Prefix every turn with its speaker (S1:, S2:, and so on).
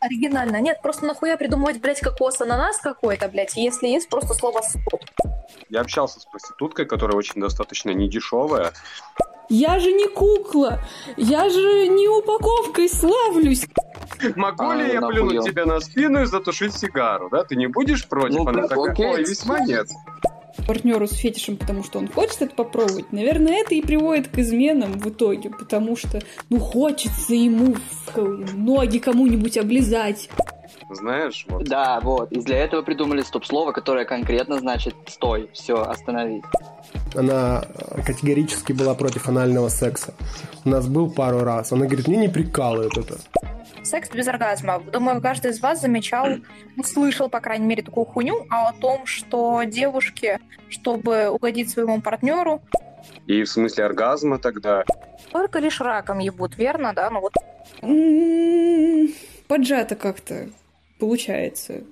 S1: оригинально. Нет, просто нахуя придумывать, блядь, кокос ананас какой-то, блядь, если есть просто слово «стоп».
S2: Я общался с проституткой, которая очень достаточно недешевая.
S3: Я же не кукла, я же не упаковкой славлюсь.
S2: Могу
S4: А,
S2: ли я
S4: нахуя.
S2: плюнуть тебе на спину и затушить сигару, да? Ты не будешь против?
S4: Ну,
S2: Она
S4: так,
S2: такая,
S4: окей.
S2: ой, весьма нет.
S3: Партнеру с фетишем, потому что он хочет это попробовать. Наверное, это и приводит к изменам в итоге, потому что, ну, хочется ему в- ноги кому-нибудь облизать.
S2: Знаешь, вот.
S4: Да, вот. И для этого придумали стоп-слово, которое конкретно значит «стой», «все», «остановись».
S5: Она э, категорически была против анального секса. У нас был пару раз. Она говорит, мне не прикалывает это.
S1: Секс без оргазма. Думаю, каждый из вас замечал, услышал, по крайней мере, такую хуйню а о том, что девушки, чтобы угодить своему партнеру,
S2: И в смысле оргазма тогда.
S1: только лишь раком ебут, верно, да? Ну вот
S3: М, Поджато как-то М-м-м, получается.